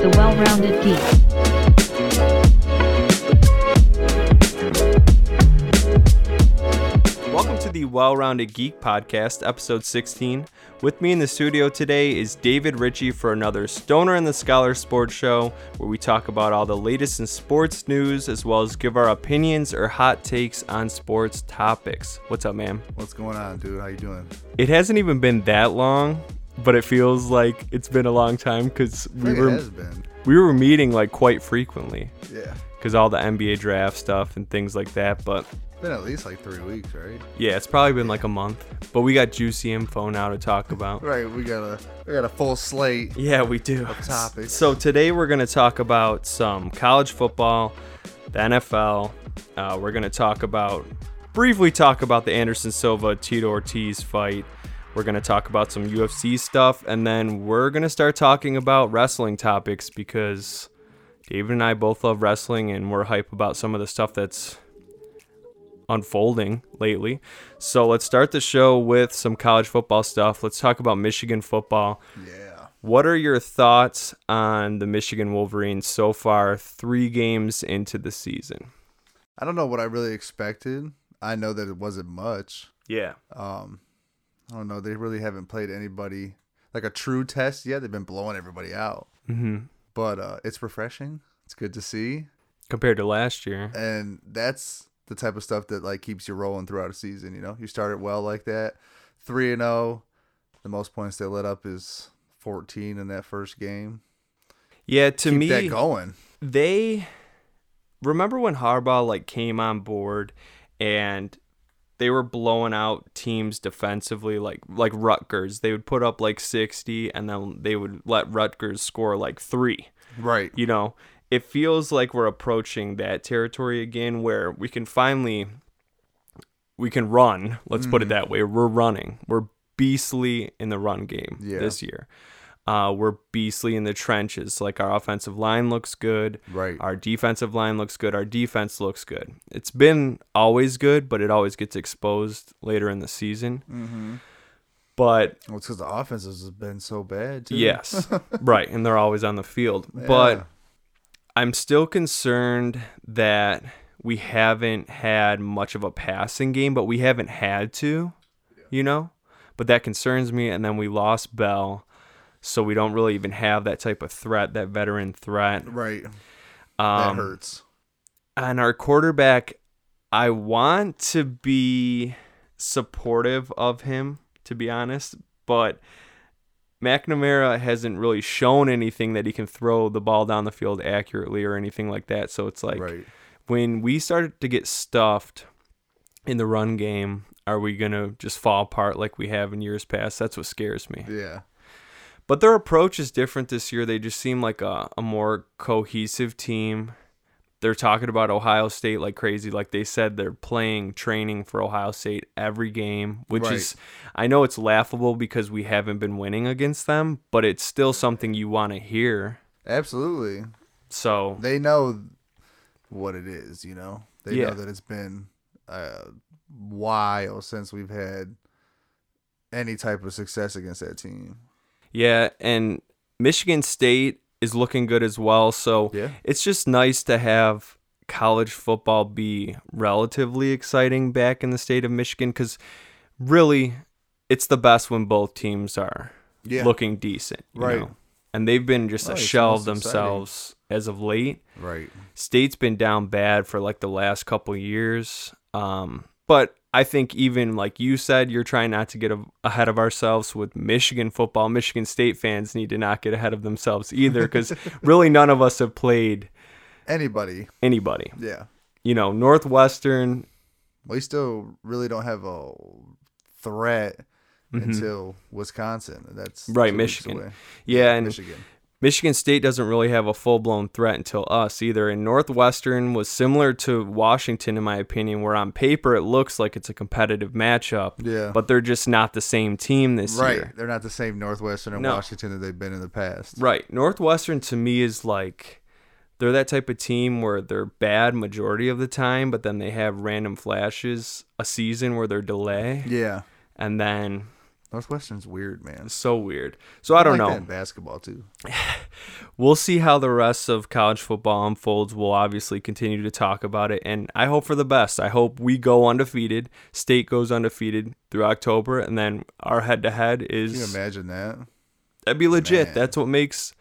The Well Rounded Geek. Welcome to the Well Rounded Geek Podcast, episode 16. With me in the studio today is David Ritchie for another Stoner and the Scholar Sports Show, where we talk about all the latest in sports news as well as give our opinions or hot takes on sports topics. What's up, man? What's going on, dude? How you doing? It hasn't even been that long, but it feels like it's been a long time because I we think it were has been. we were meeting like quite frequently Yeah. because all the NBA draft stuff and things like that. But It's been at least like three weeks, right? yeah, it's probably been like a month. But we got juicy info now to talk about. Right. We got a we got a full slate. Yeah, we do. topics. So today we're going to talk about some college football, the NFL. Uh, we're going to talk about briefly talk about the Anderson Silva Tito Ortiz fight. We're going to talk about some UFC stuff, and then we're going to start talking about wrestling topics because David and I both love wrestling, and we're hype about some of the stuff that's unfolding lately. So let's start the show with some college football stuff. Let's talk about Michigan football. Yeah. What are your thoughts on the Michigan Wolverines so far, three games into the season? I don't know what I really expected. I know that it wasn't much. Yeah. Um, I don't know. They really haven't played anybody like a true test yet. They've been blowing everybody out. hmm But uh, it's refreshing. It's good to see, Compared to last year. and that's the type of stuff that like keeps you rolling throughout a season. You know, you start it well like that, three and zero. The most points they let up is fourteen in that first game. Yeah, to Keep me, that going. they remember when Harbaugh like came on board and they were blowing out teams defensively like like Rutgers. They would put up like 60 and then they would let Rutgers score like 3. Right. you know, it feels like we're approaching that territory again where we can finally we can run. Let's put Mm-hmm. it that way. We're running. We're beastly in the run game Yeah. this year. Uh, we're beastly in the trenches. Like our offensive line looks good. Right. Our defensive line looks good. Our defense looks good. It's been always good, but it always gets exposed later in the season. Mm-hmm. But Well, it's because the offenses has been so bad. Too. Yes. right. And they're always on the field. But I'm still concerned that we haven't had much of a passing game, but we haven't had to, you know? But that concerns me. And then we lost Bell. So we don't really even have that type of threat, that veteran threat. right. that Um, hurts. on our quarterback, I want to be supportive of him, to be honest, but McNamara hasn't really shown anything that he can throw the ball down the field accurately or anything like that. So it's like right. when we started to get stuffed in the run game, are we going to just fall apart like we have in years past? That's what scares me. Yeah. But their approach is different this year. They just seem like a, a more cohesive team. They're talking about Ohio State like crazy. Like they said, they're playing training for Ohio State every game, which Right. is, I know it's laughable because we haven't been winning against them, but it's still something you want to hear. Absolutely. So, They know what it is. You know. They Yeah. know that it's been a while since we've had any type of success against that team. yeah. And Michigan State is looking good as well. So, Yeah. it's just nice to have college football be relatively exciting back in the state of Michigan because really it's the best when both teams are Yeah. looking decent. you Right. know? And they've been just Right, a it's the shell of most exciting. themselves as of late. Right. State's been down bad for like the last couple years. Um, but I think even like you said, you're trying not to get a- ahead of ourselves with Michigan football. Michigan State fans need to not get ahead of themselves either because really none of us have played Anybody. anybody. Yeah. You know, Northwestern, We still really don't have a threat until Wisconsin. and That's Mm-hmm. Right, two weeks Michigan. away. yeah, and Michigan. Michigan. State doesn't really have a full blown threat until us either. And Northwestern was similar to Washington, in my opinion, where on paper it looks like it's a competitive matchup. Yeah. But they're just not the same team this Right. year. They're not the same Northwestern and No. Washington that they've been in the past. Right. Northwestern to me is like they're that type of team where they're bad majority of the time, but then they have random flashes a season where they're delay. Yeah. and then Northwestern's weird, man. so weird. So I don't like know. that in basketball too. We'll see how the rest of college football unfolds. We'll obviously continue to talk about it, and I hope for the best. I hope we go undefeated, state goes undefeated through October, and then our head to head Can you is imagine that? that'd be legit. Man. That's what makes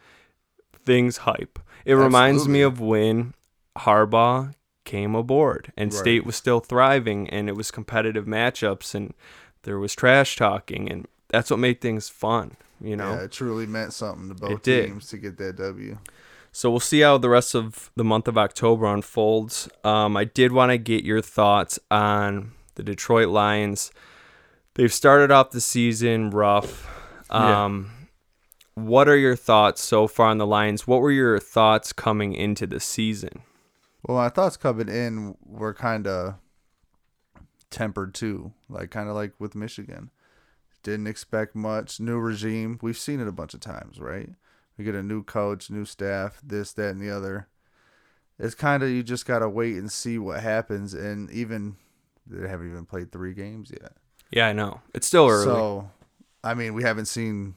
things hype. It reminds me Absolutely. of when Harbaugh came aboard and Right. state was still thriving, and it was competitive matchups, and there was trash talking, and that's what made things fun, you know. Yeah, it truly meant something to It both did. teams to get that W. So we'll see how the rest of the month of October unfolds. Um, I did want to get your thoughts on the Detroit Lions. They've started off the season rough. Yeah. Um, What are your thoughts so far on the Lions? What were your thoughts coming into the season? Well, my thoughts coming in were kind of tempered too, like kind of like with Michigan. Didn't expect much. New regime. We've seen it a bunch of times, right? We get a new coach, new staff, this, that, and the other. It's kind of you just gotta wait and see what happens. And even they haven't even played three games yet. Yeah, I know it's still early. So, I mean, we haven't seen.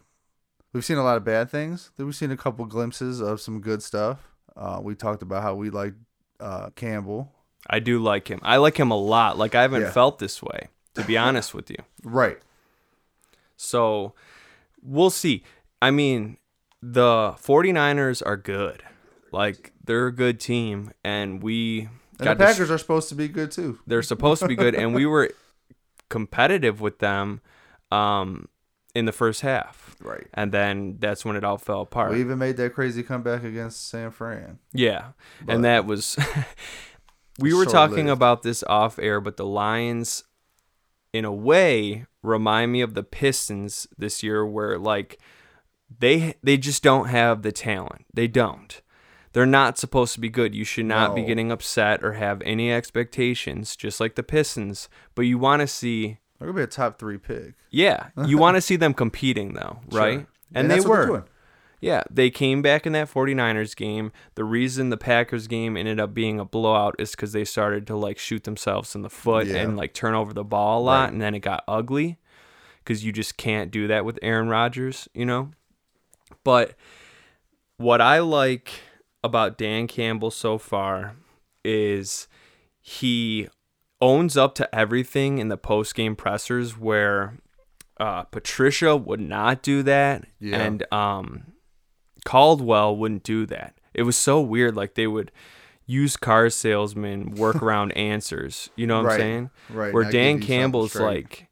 We've seen a lot of bad things. We've seen a couple glimpses of some good stuff. Uh, we talked about how we like uh, Campbell, I do like him. I like him a lot. Like I haven't Yeah. felt this way, to be honest with you. right? So we'll see. I mean, the 49ers are good. Like they're a good team and we And the dis- Packers are supposed to be good too. they're supposed to be good and we were competitive with them um in the first half. Right. And then that's when it all fell apart. We even made that crazy comeback against San Fran. Yeah. But- and that was we were Short-lived. talking about this off air, but the Lions in a way remind me of the Pistons this year where like they they just don't have the talent. They don't. They're not supposed to be good. You should not be No. getting upset or have any expectations just like the Pistons, but you want to see They're gonna be a top three pick, yeah, you want to see them competing though, Sure. right? And, they that's what they're were. doing. Yeah, they came back in that 49ers game. The reason the Packers game ended up being a blowout is because they started to like shoot themselves in the foot Yeah. and like turn over the ball a lot, and then it got ugly because you just can't do that with Aaron Rodgers, you know? But what I like about Dan Campbell so far is he owns up to everything in the post game pressers where uh, Patricia would not do that Yeah. and um, Caldwell wouldn't do that. It was so weird. Like they would used car salesmen work around answers. You know what Right, I'm saying? right, Where not give you Dan something Campbell's straight. like,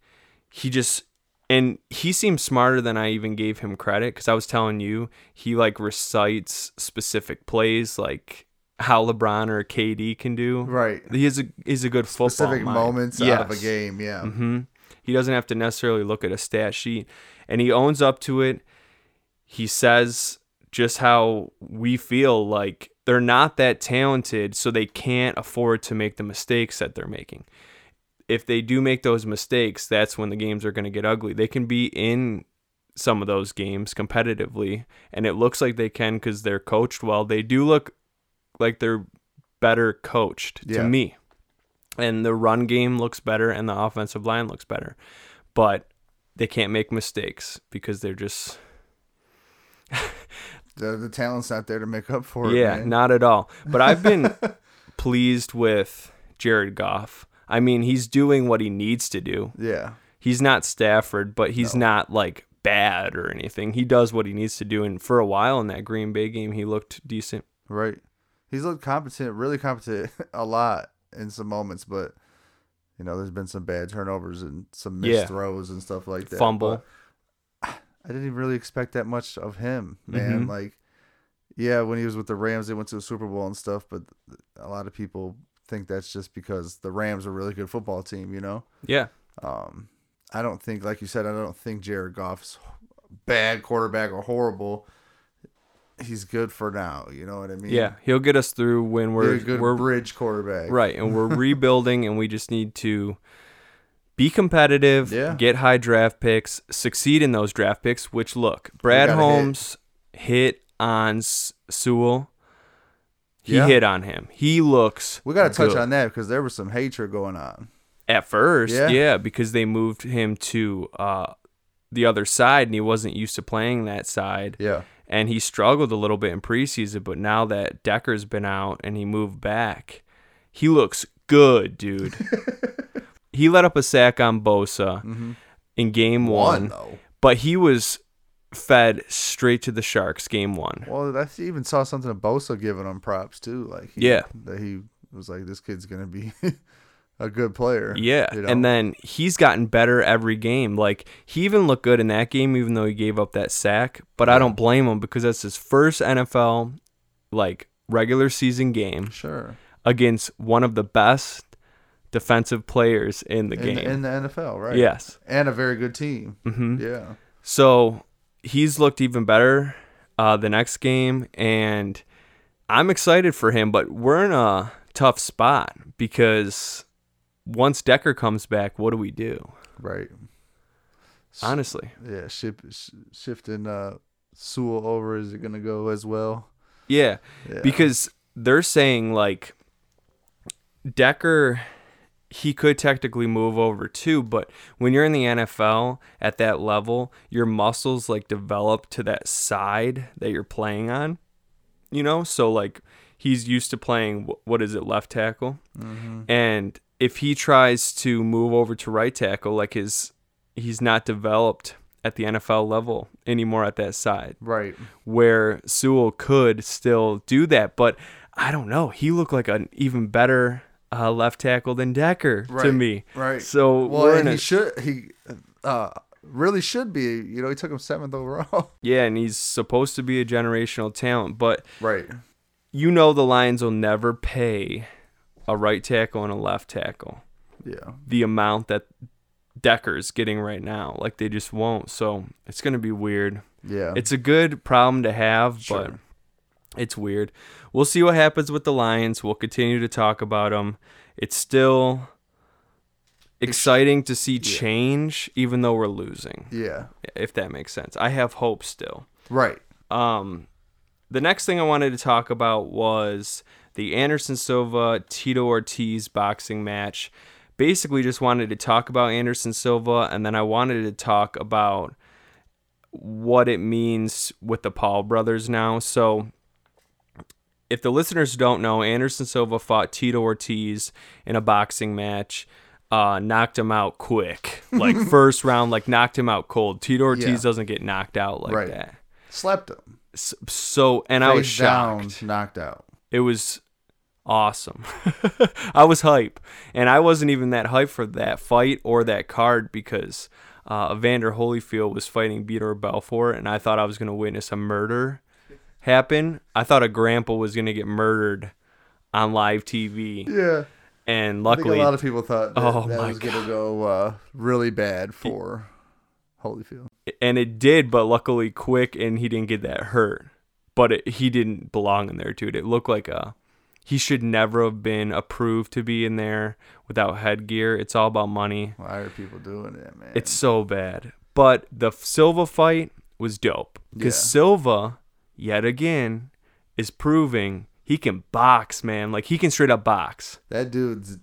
he just, and he seems smarter than I even gave him credit because I was telling you, he like recites specific plays like how LeBron or KD can do. Right. He is a, he's a good football Specific mind. moments out of a Yes. game. Yeah. Mhm. He doesn't have to necessarily look at a stat sheet, and he owns up to it. He says just how we feel like they're not that talented, so they can't afford to make the mistakes that they're making. If they do make those mistakes, that's when the games are going to get ugly. They can be in some of those games competitively, and it looks like they can because they're coached well. They do look like they're better coached Yeah. to me and the run game looks better and the offensive line looks better but they can't make mistakes because they're just The, the talent's not there to make up for it. yeah man. not at all but i've been pleased with jared goff i mean he's doing what he needs to do yeah. he's not stafford but he's not like bad or anything he does what he needs to do and for a while in that green bay game he looked decent Right. He's looked competent, really competent a lot in some moments, but you know, there's been some bad turnovers and some missed Yeah. throws and stuff like that. Fumble. but I didn't even really expect that much of him, man. Mhm. Like yeah, when he was with the Rams, they went to the Super Bowl and stuff, but a lot of people think that's just because the Rams are a really good football team, you know? yeah Um, I don't think, like you said, I don't think Jared Goff's bad quarterback or horrible. He's good for now. You know what I mean? yeah he'll get us through when We're we're a good we're bridge quarterback. Right, and we're rebuilding, and we just need to be competitive, Yeah. get high draft picks, succeed in those draft picks. Which look, Brad gotta hit. Holmes hit, on S- Sewell. He Yeah. hit on him. He looks. We got to touch good. on that because there was some hatred going on. At first, Yeah. yeah, because they moved him to uh, the other side, and he wasn't used to playing that side. Yeah. and he struggled a little bit in preseason, but now that Decker's been out and he moved back, he looks good, dude. he let up a sack on Bosa in game one, One though. but he was fed straight to the Sharks game one. Well, I even saw something of Bosa giving him props too. Like he, Yeah. that he was like, this kid's gonna be a good player. Yeah, you and know? then he's gotten better every game. Like he even looked good in that game, even though he gave up that sack. But I don't blame him because that's his first NFL, like regular season game. sure against one of the best defensive players in the in, game. in the NFL, right? Yes. and a very good team. hmm Yeah, So he's looked even better uh, the next game, and I'm excited for him. But we're in a tough spot because once Decker comes back, what do we do? right. Honestly, Yeah, ship, sh- shifting uh, Sewell over is it gonna go as well? yeah, Yeah. because they're saying like Decker. He could technically move over too, but when you're in the NFL at that level, your muscles like develop to that side that you're playing on, you know? So, like, he's used to playing wh- what is it, left tackle? And if he tries to move over to right tackle, like, his he's not developed at the NFL level anymore at that side Right. where Sewell could still do that. But I don't know. He looked like an even better uh, left tackle than Decker to Right, me. right. So Well, we're and in he a- should he uh really should be. You know, he took him seventh overall. yeah, and he's supposed to be a generational talent, but Right. you know the Lions will never pay a right tackle and a left tackle Yeah. the amount that Decker's getting right now. Like they just won't. So it's gonna be weird. Yeah. It's a good problem to have, Sure. but it's weird. We'll see what happens with the Lions. We'll continue to talk about them. It's still exciting to see change, even though we're losing, yeah. if that makes sense. I have hope still. Right. Um, the next thing I wanted to talk about was the Anderson Silva Tito Ortiz boxing match. Basically, just wanted to talk about Anderson Silva, and then I wanted to talk about what it means with the Paul brothers now. So, if the listeners don't know, Anderson Silva fought Tito Ortiz in a boxing match. Uh, knocked him out quick, like first round, like knocked him out cold. Tito Ortiz Yeah. doesn't get knocked out like Right. that. Slept him. S- so and I was Face shocked. Down, knocked out. It was awesome. I was hype, and I wasn't even that hype for that fight or that card because uh, Evander Holyfield was fighting Peter Belfort, and I thought I was going to witness a murder happen. I thought a grandpa was going to get murdered on live TV, Yeah. and I think a luckily, lot of people thought that, Oh that my was going to go uh, really bad for Holyfield. and it did, but luckily quick, and he didn't get that hurt. But it, he didn't belong in there, dude. It looked like a he should never have been approved to be in there without headgear. It's all about money. Why are people doing it, man? It's so bad. But the Silva fight was dope Yeah. because Silva, yet again, is proving he can box, man. Like he can straight up box, that dude's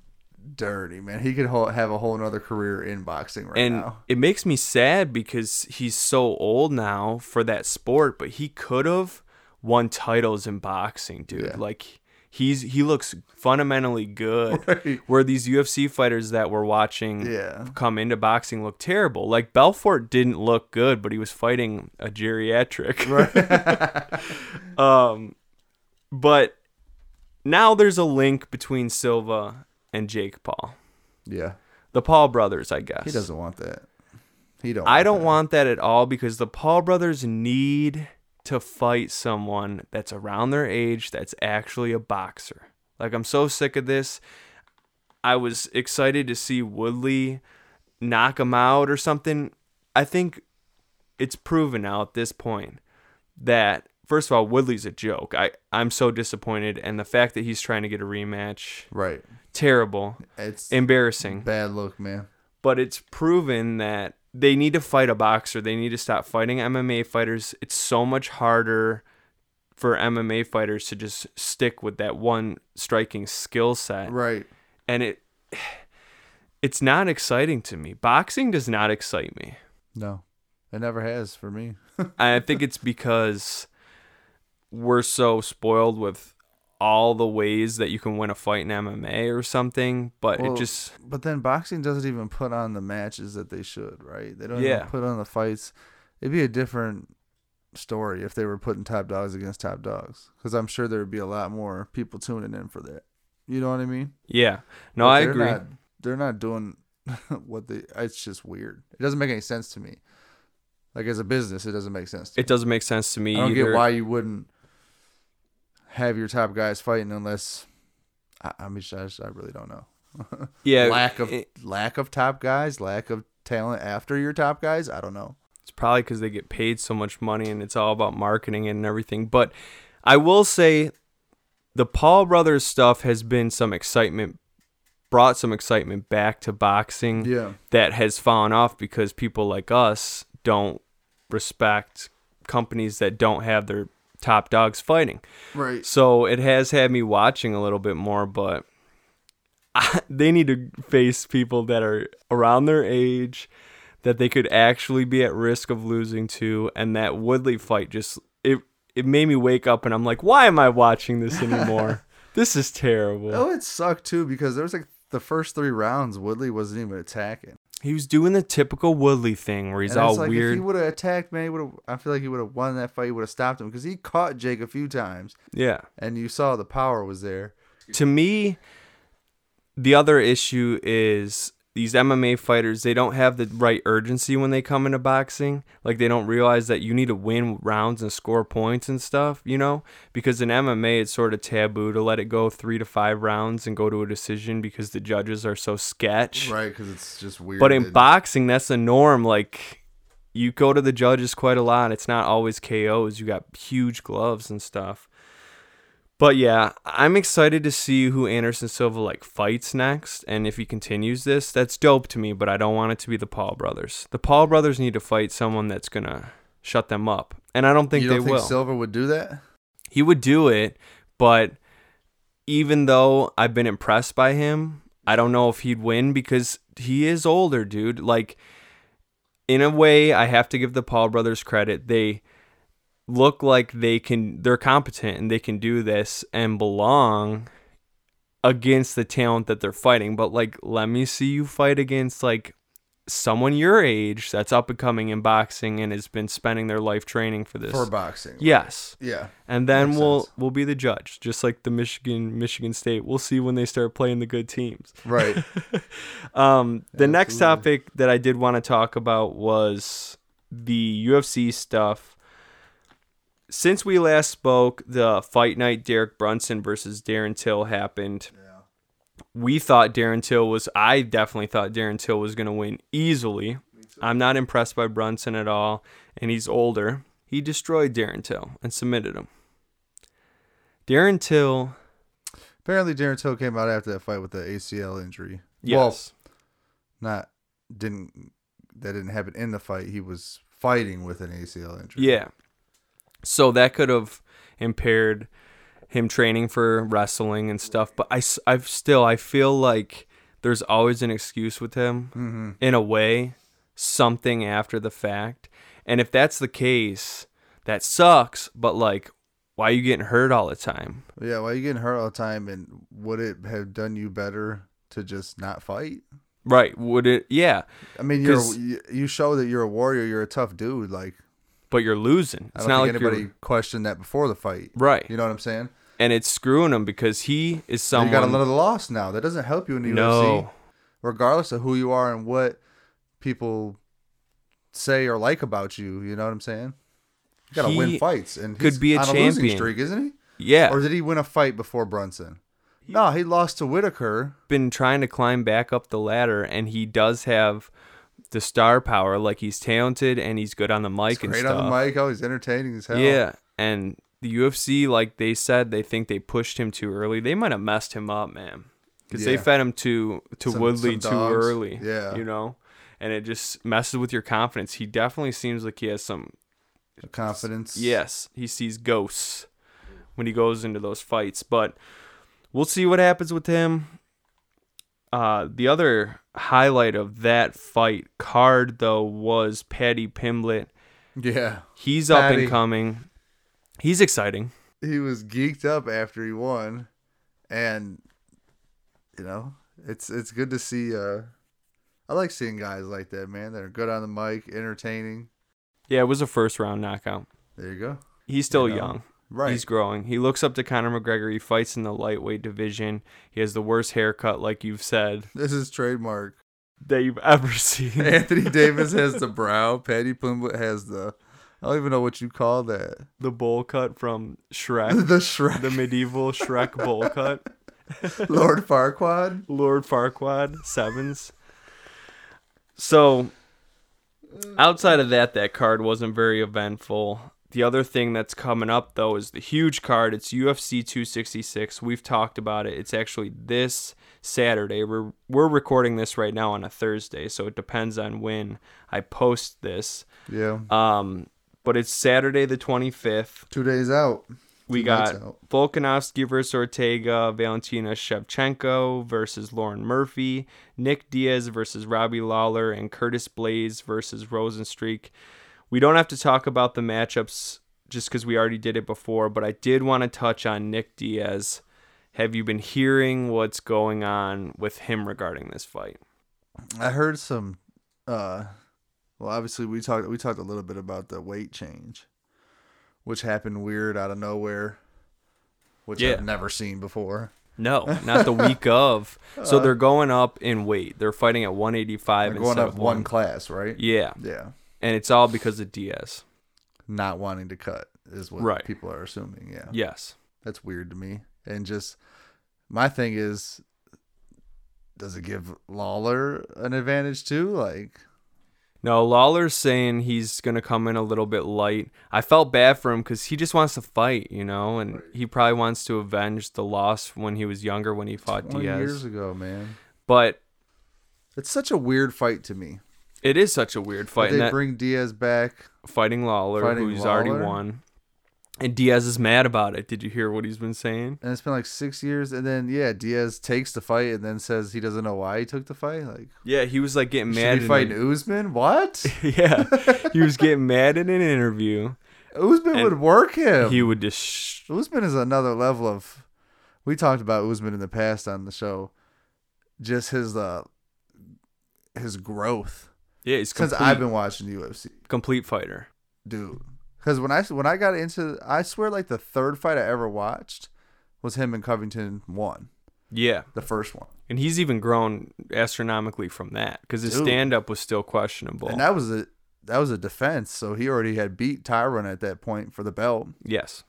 dirty, man. He could ho- have a whole nother career in boxing right and now. it makes me sad because he's so old now for that sport. But he could have won titles in boxing, dude. Yeah. Like he's he looks fundamentally good. Right. Where these UFC fighters that we're watching Yeah. come into boxing look terrible. Like Belfort didn't look good, but he was fighting a geriatric. um, but now there's a link between Silva and Jake Paul, Yeah. the Paul brothers, I guess. He doesn't want that. He don't. I don't that. want that at all because the Paul brothers need to fight someone that's around their age that's actually a boxer. Like I'm so sick of this. I was excited to see Woodley knock him out or something. I think it's proven now at this point that first of all Woodley's a joke. I I'm so disappointed and the fact that he's trying to get a rematch Right. terrible, It's embarrassing bad look, man. but it's proven that they need to fight a boxer. They need to stop fighting MMA fighters. It's so much harder for MMA fighters to just stick with that one striking skill set. Right. And it it's not exciting to me. Boxing does not excite me. No, it never has for me. I think it's because we're so spoiled with all the ways that you can win a fight in MMA or something, but Well, it just But then boxing doesn't even put on the matches that they should, right? They don't Yeah. even put on the fights. It'd be a different story if they were putting top dogs against top dogs, because I'm sure there would be a lot more people tuning in for that. You know what I mean? yeah. No, But I they're agree. Not, they're not doing what they. It's just weird. It doesn't make any sense to me. Like as a business, it doesn't make sense. To It doesn't make sense to me me. I don't either. get why you wouldn't have your top guys fighting unless. I, I mean, I, just- I really don't know. yeah, lack of it- lack of top guys, lack of talent after your top guys. I don't know. It's probably because they get paid so much money and it's all about marketing and everything. But I will say the Paul brothers stuff has been some excitement, brought some excitement back to boxing Yeah. that has fallen off because people like us don't respect companies that don't have their top dogs fighting. Right. So it has had me watching a little bit more, but I, they need to face people that are around their age that they could actually be at risk of losing to and that Woodley fight just it it made me wake up and I'm like, "Why am I watching this anymore? this is terrible." Oh, it sucked too because there was like the first three rounds, Woodley wasn't even attacking. He was doing the typical Woodley thing where he's And it's all like, If weird. he would have attacked, man, he would have. I feel like he would have won that fight. He would have stopped him because he caught Jake a few times, yeah. and you saw the power was there. to me the other issue is these MMA fighters they don't have the right urgency when they come into boxing like they don't realize that you need to win rounds and score points and stuff you know because in MMA it's sort of taboo to let it go 3 to 5 rounds and go to a decision because the judges are so sketch Right, because it's just weird. but in boxing that's the norm like you go to the judges quite a lot it's not always KOs you got huge gloves and stuff but yeah i'm excited to see who anderson silva like fights next and if he continues this that's dope to me but i don't want it to be the paul brothers the paul brothers need to fight someone that's gonna shut them up and i don't think you don't they think will Silver would do that? he would do it, but even though I've been impressed by him, I don't know if he'd win because he is older, dude. Like in a way, I have to give the Paul brothers credit. They look like they can they're competent and they can do this and belong against the talent that they're fighting. But like let me see you fight against like someone your age that's up and coming in boxing and has been spending their life training for this. for boxing. yes Yeah. and then Makes we'll sense. we'll be the judge, just like the Michigan Michigan State. We'll see when they start playing the good teams. Right. Um, the next Absolutely. topic that I did want to talk about was the UFC stuff. Since we last spoke, the fight night Derek Brunson versus Darren Till happened. We thought Darren Till was. I definitely thought Darren Till was going to win easily. I'm not impressed by Brunson at all, and he's older. He destroyed Darren Till and submitted him. Darren Till, Apparently, Darren Till came out after that fight with the ACL injury. Well, yes, not didn't that didn't happen in the fight. He was fighting with an ACL injury. Yeah. So that could have impaired him training for wrestling and stuff. But I, have still, I feel like there's always an excuse with him Mm-hmm. in a way, something after the fact. And if that's the case, that sucks. But like, why are you getting hurt all the time? Yeah. Why you getting hurt all the time? And would it have done you better to just not fight? Right. Would it, yeah. I mean, you're 'Cause- you you show that you're a warrior. You're a tough dude. Like But you're losing. I It's don't not think like anybody you're, questioned that before the fight. right. You know what I'm saying? and it's screwing him because he is someone. You got another loss now. That doesn't help you in the UFC. no. regardless of who you are and what people say or like about you. You know what I'm saying? You gotta He win fights, and could he's be a on a losing champion. streak, isn't he? Yeah. Or did he win a fight before Brunson? No, he lost to Whitaker. been trying to climb back up the ladder and he does have the star power like he's talented and he's good on the mic He's and great stuff. on the mic. Oh, he's entertaining as hell. Yeah, and the UFC like they said they think they pushed him too early. They might have messed him up, man. Cuz they Yeah. fed him to to Some- Woodley some too dogs. early. Yeah. You know? And it just messes with your confidence. He definitely seems like he has some The confidence. Yes, he sees ghosts when he goes into those fights, but we'll see what happens with him. Uh, the other highlight of that fight card though was Paddy Pimblett. Yeah. He's up Paddy. and coming. He's exciting. He was geeked up after he won. And you know, it's it's good to see uh I like seeing guys like that, man, that are good on the mic, entertaining. Yeah, it was a first round knockout. There you go. He's still You know, young. Right. He's growing. He looks up to Conor McGregor. He fights in the lightweight division. He has the worst haircut, like you've said, this is trademark. that you've ever seen. Anthony Davis has the brow, Patty Pimblett has the I don't even know what you call that. the bowl cut from Shrek, the Shrek the medieval Shrek bowl cut. Lord Farquaad. Lord Farquaad sevens. So, outside of that, that card wasn't very eventful. The other thing that's coming up though is the huge card. It's UFC 266. We've talked about it. It's actually this Saturday. We're we're recording this right now on a Thursday, so it depends on when I post this. Yeah. Um, but it's Saturday the 25th. Two days out. We Two nights got out. Volkanovski versus Ortega, Valentina Shevchenko versus Lauren Murphy, Nick Diaz versus Robbie Lawler, and Curtis Blaze versus Rosenstreak. We don't have to talk about the matchups just because we already did it before, but I did want to touch on Nick Diaz. Have you been hearing what's going on with him regarding this fight? I heard some. uh Well, obviously we talked we talked a little bit about the weight change, which happened weird out of nowhere, which Yeah. I've never seen before. No, not the week of. So they're going up in weight. They're fighting at 185 Uh, They're instead going up of one one. class, right? yeah, Yeah. and it's all because of Diaz. Not wanting to cut is what Right. people are assuming. Yeah. Yes. That's weird to me. And just my thing is, does it give Lawler an advantage too? Like, No, Lawler's saying he's gonna come in a little bit light. I felt bad for him because he just wants to fight, you know, and he probably wants to avenge the loss when he was younger when he fought one Diaz. years ago, man. But It's such a weird fight to me. it is such a weird But fight. they and that- bring Diaz back. fighting Lawler, Fighting who's already Lawler? won, and Diaz is mad about it. Did you hear what he's been saying? and it's been like six years and then yeah diaz takes the fight and then says he doesn't know why he took the fight like Yeah, he was like getting should mad. he in fight an- Usman? What? yeah, he was getting mad in an interview. Usman And would work him. He would just. Usman is another level of. We talked about Usman in the past on the show, just his uh, his growth Yeah, he's since complete, I've been watching UFC, complete fighter. dude. Because when I when I got into, I swear like the third fight I ever watched was him and Covington one, Yeah. the first one, And he's even grown astronomically from that because his Dude. stand up was still questionable. and that was a that was a defense. So he already had beat Tyron at that point for the belt. yes.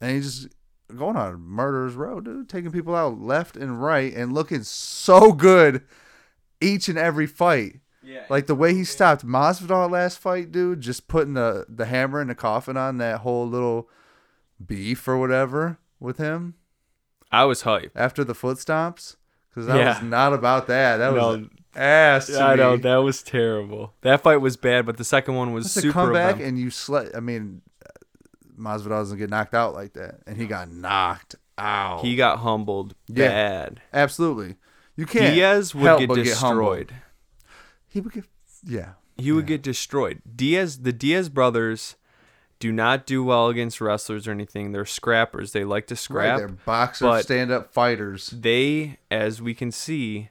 and he's just going on a murderer's row, dude, taking people out left and right and looking so good each and every fight. Yeah. Like the way he stopped Masvidal last fight, dude, just putting the the hammer and the coffin on that whole little beef or whatever with him I was hyped. after the foot stomps. Because that Yeah. was not about that. That was No. ass. To I me. know that was terrible. That fight was bad, but the second one was That's super. a comeback, event- and you slept. I mean, uh, Masvidal doesn't get knocked out like that, and he got knocked out. he got humbled Yeah. bad. Absolutely. You can't. Diaz would help get but humbled. destroyed. he would get. Yeah. he would get destroyed. Diaz, the Diaz brothers, do not do well against wrestlers or anything. They're scrappers. They like to Right. scrap. They're boxers, but- stand up fighters. they, as we can see,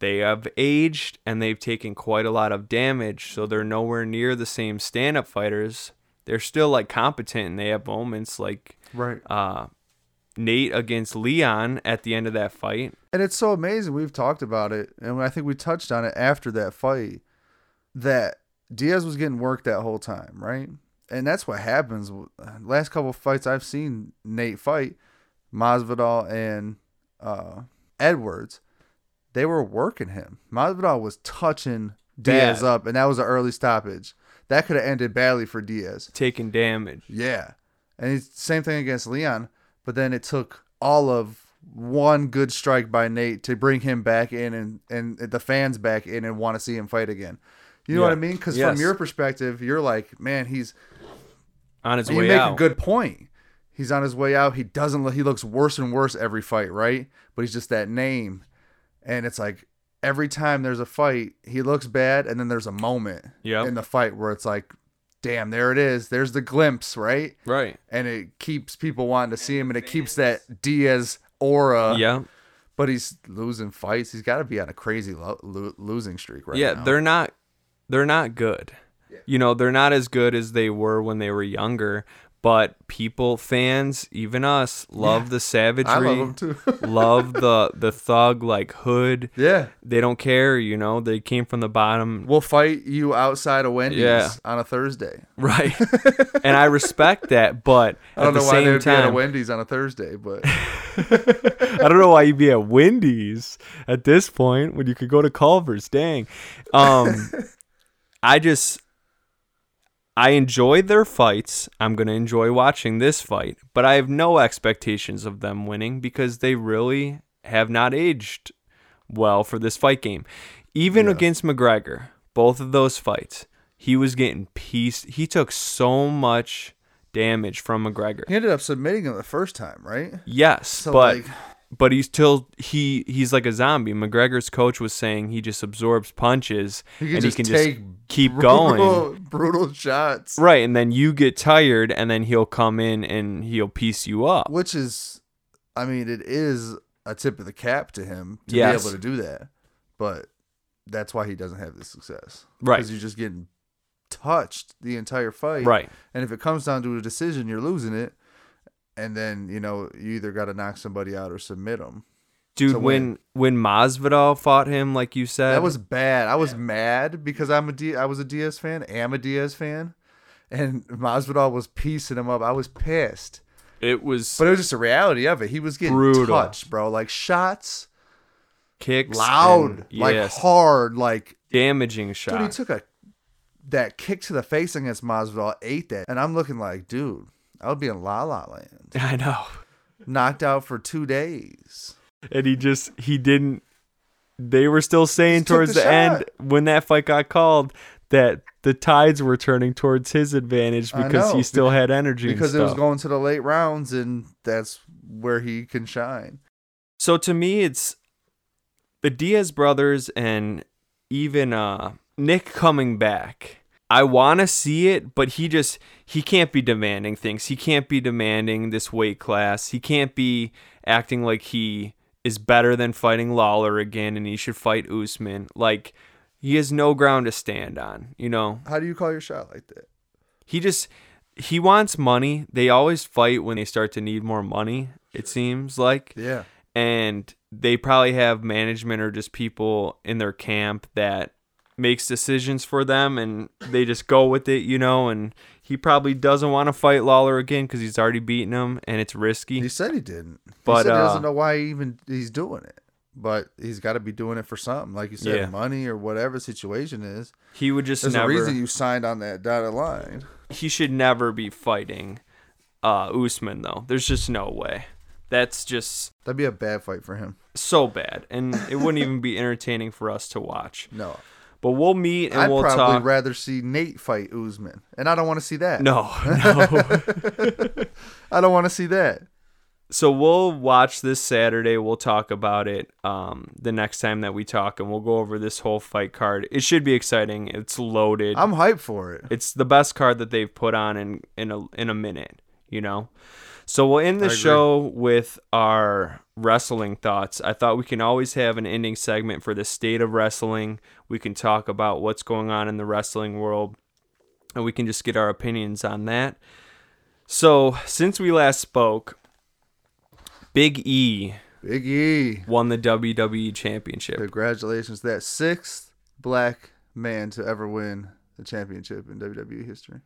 they have aged and they've taken quite a lot of damage, so they're nowhere near the same stand up fighters. They're still like competent and they have moments like Right. uh, Nate against Leon at the end of that fight. And it's so amazing. We've talked about it, and I think we touched on it after that fight that Diaz was getting worked that whole time, right? And that's what happens. Last couple fights I've seen Nate fight, Masvidal and uh, Edwards, they were working him. Masvidal was touching Diaz Bad. up, and that was an early stoppage. That could have ended badly for Diaz. Taking damage. Yeah. And it's same thing against Leon, but then it took all of one good strike by Nate to bring him back in and, and the fans back in and want to see him fight again. You know Yeah. what I mean? Because Yes. from your perspective, you're like, man, he's On his you way make out. a good point. He's on his way out. He doesn't look. He looks worse and worse every fight, right? But he's just that name, and it's like every time there's a fight, he looks bad, and then there's a moment Yep. in the fight where it's like, damn, there it is. There's the glimpse, right? Right. And it keeps people wanting to see him, and it keeps that Diaz aura. yeah. But he's losing fights. He's got to be on a crazy lo- lo- losing streak right yeah, now. they're not they're not good. You know, they're not as good as they were when they were younger, but people fans, even us, love the savagery. I love him too. love the the thug like hood. yeah. They don't care, you know. They came from the bottom. We'll fight you outside of Wendy's Yeah. on a Thursday. Right. and I respect that, but I don't at the know why they same would be at a time, Wendy's on a Thursday, but I don't know why you'd be at Wendy's at this point when you could go to Culver's. Dang. Um, I just, I enjoy their fights. I'm going to enjoy watching this fight, but I have no expectations of them winning because they really have not aged well for this fight game. Even against McGregor, both of those fights, he was getting pieced. He took so much damage from McGregor. he ended up submitting him the first time, right? Yes, So, but like- but he's still he he's like a zombie. McGregor's coach was saying he just absorbs punches He can and just he can take just keep going. brutal, brutal shots, Right, and then you get tired and then he'll come in and he'll piece you up. which is, I mean, it is a tip of the cap to him to Yes. be able to do that, but that's why he doesn't have the success, Right. Because you're just getting touched the entire fight, Right. And if it comes down to a decision, you're losing it, and then you know you either got to knock somebody out or submit them. Dude, to when when Masvidal fought him like you said, That was bad. I was mad because I'm a D. I was a Diaz fan. Am a Diaz fan, and Masvidal was piecing him up. I was pissed, it was but it was just the reality of it. He was getting Brutal. touched, bro. Like shots, kicks loud, and- like yes, hard, like damaging dude. He shot. took a that kick to the face against Masvidal, ate that, and I'm looking like, dude, I would be in La La Land, I know. knocked out for two days. and he just he didn't they were still saying Just took towards the the, end shot. when that fight got called that the tides were turning towards his advantage I because know, he still had energy and Because it was stuff. going to the late rounds, and that's where he can shine. so to me it's the diaz brothers and even uh nick coming back i want to see it but he just he can't be demanding things he can't be demanding this weight class he can't be acting like he is better than fighting lawler again and he should fight usman like he has no ground to stand on you know How do you call your shot like that? he just he wants money they always fight when they start to need more money it seems like Yeah. and they probably have management or just people in their camp that makes decisions for them and they just go with it, you know, and he probably doesn't want to fight Lawler again cuz he's already beaten him and it's risky. He said he didn't. But, he, said he uh, doesn't know why he even he's doing it. But he's got to be doing it for something, like you said, Yeah. money or whatever the situation is. He would just There's never a reason you signed on that dotted line. he should never be fighting uh Usman though. There's just no way. That's just That'd be a bad fight for him. so bad and it wouldn't even be entertaining for us to watch. No, But we'll meet and I'd we'll probably talk. rather see Nate fight Usman, and I don't want to see that. no, no. I don't want to see that. so we'll watch this Saturday. We'll talk about it um, the next time that we talk, and we'll go over this whole fight card. It should be exciting. It's loaded. I'm hyped for it. it's the best card that they've put on in in a in a minute. You know. So we'll end the agree. show with our wrestling thoughts. I thought we can always have an ending segment for the state of wrestling. We can talk about what's going on in the wrestling world, and we can just get our opinions on that. So since we last spoke. Big E Big E, won the WWE Championship. congratulations! That sixth black man to ever win the championship in WWE history.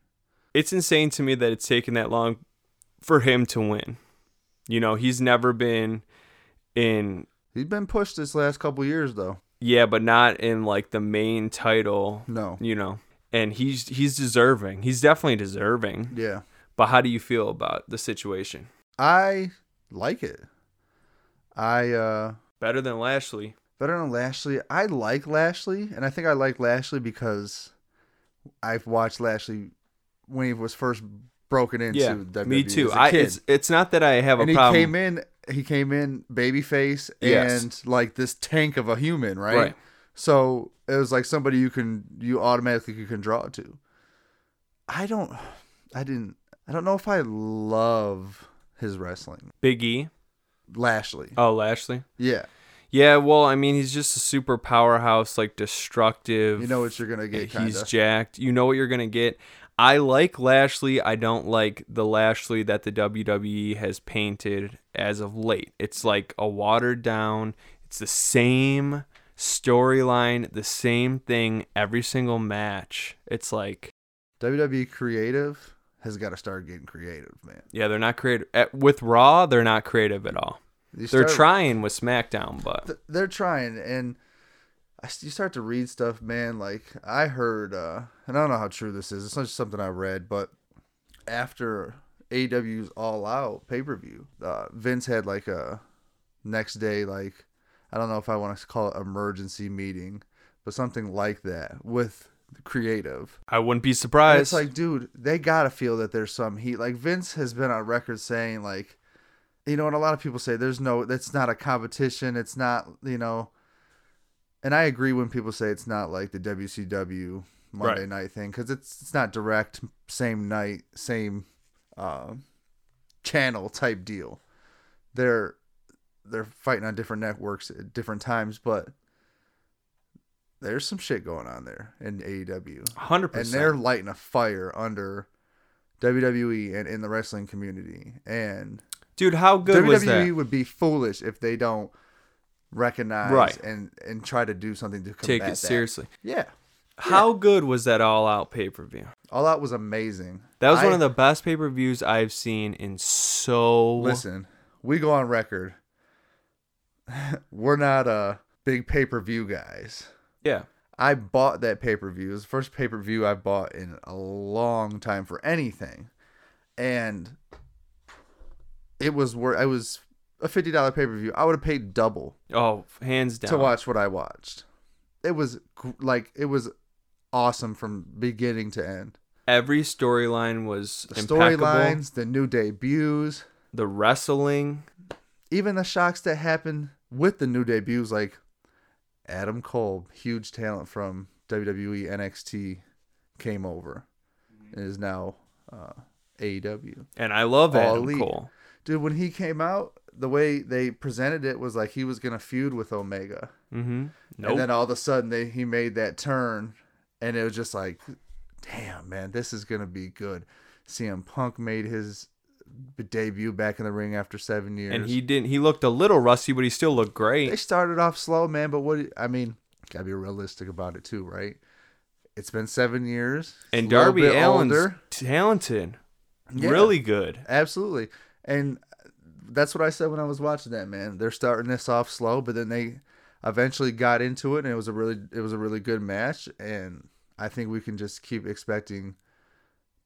It's insane to me that it's taken that long for him to win. You know, he's never been in, He's been pushed this last couple years, though. yeah, but not in like the main title, No, you know. And he's he's deserving. He's definitely deserving. yeah. But how do you feel about the situation? I like it. I uh Better than Lashley. better than Lashley. I like Lashley, and I think I like Lashley because I've watched Lashley when he was first broken into Yeah, WWE. me too. as a I kid. it's, it's not that I have a and he problem. came in he came in babyface Yes. and like this tank of a human, right? Right. So it was like somebody you can you automatically you can draw to. I don't I didn't I don't know if I love his wrestling. Big E. Lashley. Oh, Lashley. Yeah. Yeah, well, I mean, he's just a super powerhouse, like destructive. You know what you're gonna get kinda. He's jacked. You know what you're gonna get. I like Lashley. I don't like the Lashley that the WWE has painted as of late. It's like a watered down. It's the same storyline, the same thing every single match. It's like, WWE E creative has got to start getting creative, man. yeah, they're not creative at, with Raw. They're not creative at all. You They're start- trying with SmackDown, but th- they're trying and I s you start to read stuff man like i heard uh and i don't know how true this is it's not just something i read but after aw's all out pay-per-view uh, vince had like a next day like i don't know if i want to call it emergency meeting but something like that with the creative I wouldn't be and surprised. it's like, dude, they gotta feel that there's some heat. Like Vince has been on record saying, like, you know, and a lot of people say there's no, that's not a competition. It's not, you know, and I agree when people say it's not like the WCW Monday Right. night thing because it's it's not direct, same night, same uh, channel type deal. They're they're fighting on different networks at different times, but there's some shit going on there in E AEW hundred and percent. they're lighting a fire under WWE and in the wrestling community. And Dude, how good was that? WWE would be foolish if they don't recognize Right. and and try to do something to combat Take that. it seriously. Yeah, How good was that all out pay per view? All Out was amazing. That was I- one of the best pay per views I've seen in so. Listen, we go on record. We're not uh big pay per view guys. Yeah. I bought that pay per view. It was the first pay per view I bought in a long time for anything, and it was worth. I was a fifty dollar pay per view. I would have paid double Oh, hands down. to watch what I watched. It was gr- like it was awesome from beginning to end. Every storyline was The impeccable. storylines, the new debuts, the wrestling. even the shocks that happened with the new debuts, like Adam Cole, huge talent from E, WWE NXT, came over Mm-hmm. and is now uh, AEW. And I love Adam Elite. Cole. Dude, when he came out, the way they presented it was like he was gonna feud with Omega, Mm-hmm. Nope. and then all of a sudden they he made that turn, and it was just like, damn man, this is gonna be good. CM Punk made his debut back in the ring after seven years, and he didn't. He looked a little rusty, but he still looked they great. started off slow, man. But what I mean, gotta be realistic about it too, right? It's been seven years, He's And a little Darby bit Allen's older. talented, Yeah. really good. absolutely. And that's what I said when I was watching that, man. They're starting this off slow, but then they eventually got into it, and it was a really, it was a really good match. And I think we can just keep expecting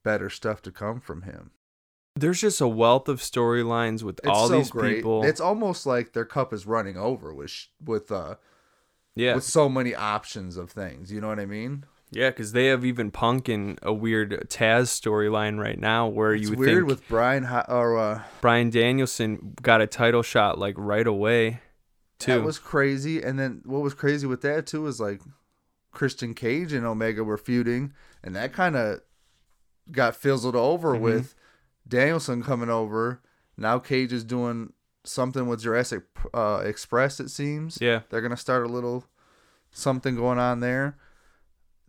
better stuff to come from him. There's just a wealth of storylines with It's all so these great. people. It's almost like their cup is running over with sh- with uh yeah, with so many options of things. You know what I mean? Yeah, because they have even Punk in a weird Taz storyline right now, where It's you would weird think with Brian Ho- or uh, Brian Danielson got a title shot like right away, too. that was crazy. And then what was crazy with that too is like Christian Cage and Omega were feuding, and that kind of got fizzled over Mm-hmm. with Danielson coming over. Now Cage is doing something with Jurassic uh, Express. It seems. Yeah. they're gonna start a little something going on there.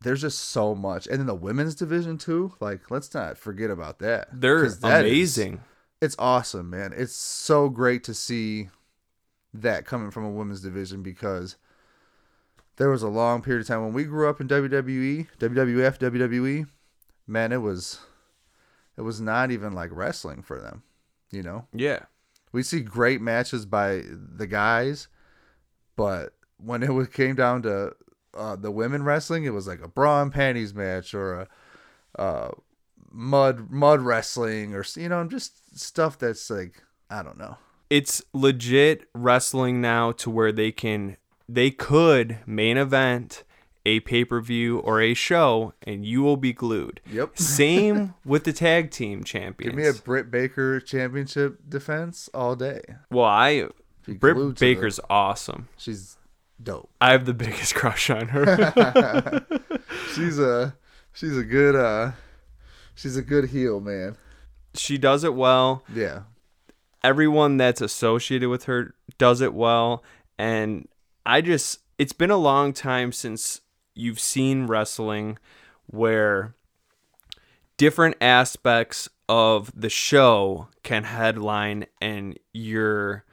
There's just so much, and then the women's division too. Like, let's not forget about that. They're 'Cause that is- amazing. it's awesome, man. It's so great to see that coming from a women's division because there was a long period of time when we grew up in E, WWE, WWF, WWE. E, Man, it was it was not even like wrestling for them, you know. yeah, We see great matches by the guys, but when it was, came down to uh, the women wrestling, it was like a bra and panties match or a uh, mud mud wrestling or you know just stuff that's like I don't know. it's legit wrestling now to where they can they could main event a pay per view, or a show, and you will be glued. Yep. Same with the tag team champions. Give me a Britt Baker championship defense all day. well, I Be glued Britt to the- Baker's awesome. She's dope. I have the biggest crush on her. She's a she's a good uh she's a good heel, man. she does it well. Yeah. everyone that's associated with her does it well and i just it's been a long time since you've seen wrestling where different aspects of the show can headline and you're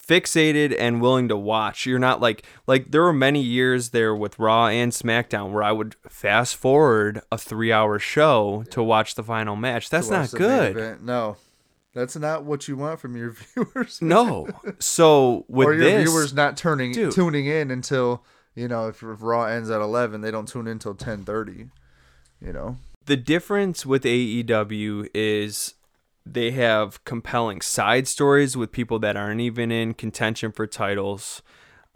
fixated and willing to watch you're not like like there were many years there with raw and smackdown where i would fast forward a three hour show to watch the final match that's To watch not the main good event. No. That's not what you want from your viewers. No. So with or your this, viewers not turning Dude. tuning in until you know if Raw ends at eleven, they don't tune in until ten thirty. You know, the difference with AEW is they have compelling side stories with people that aren't even in contention for titles.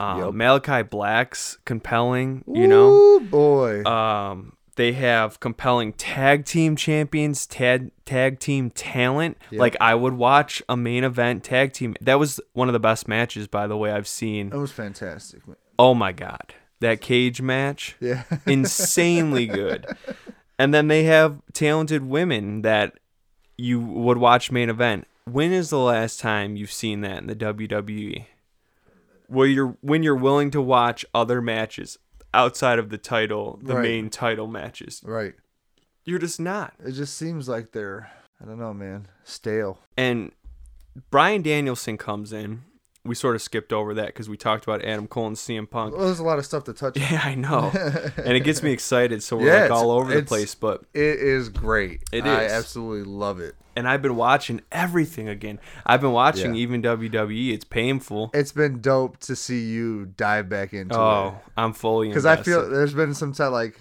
Um, Yup. Malachi Black's compelling, you know. Ooh, boy, Um, they have compelling tag team champions, tag tag team talent. Like I would watch a main event tag team. That was one of the best matches, by the way, I've seen. that was fantastic. Man. Oh my god, that cage match. Yeah, insanely good. And then they have talented women that you would watch main event. When is the last time you've seen that in the WWE? Where you're when you're willing to watch other matches outside of the title, the Right. main title matches. right. You're just not. It just seems like they're I don't know, man, stale. And Brian Danielson comes in. We sort of skipped over that because we talked about Adam Cole and CM Punk. Well, there's a lot of stuff to touch. on. Yeah, I know. and it gets me excited, so we're Yeah, like it's- all over the it's- place. But It is great. It I is. absolutely love it. and I've been watching everything again. I've been watching Yeah. even WWE. It's painful. It's been dope to see you dive back into it. Oh, I'm fully because because I feel there's been some time like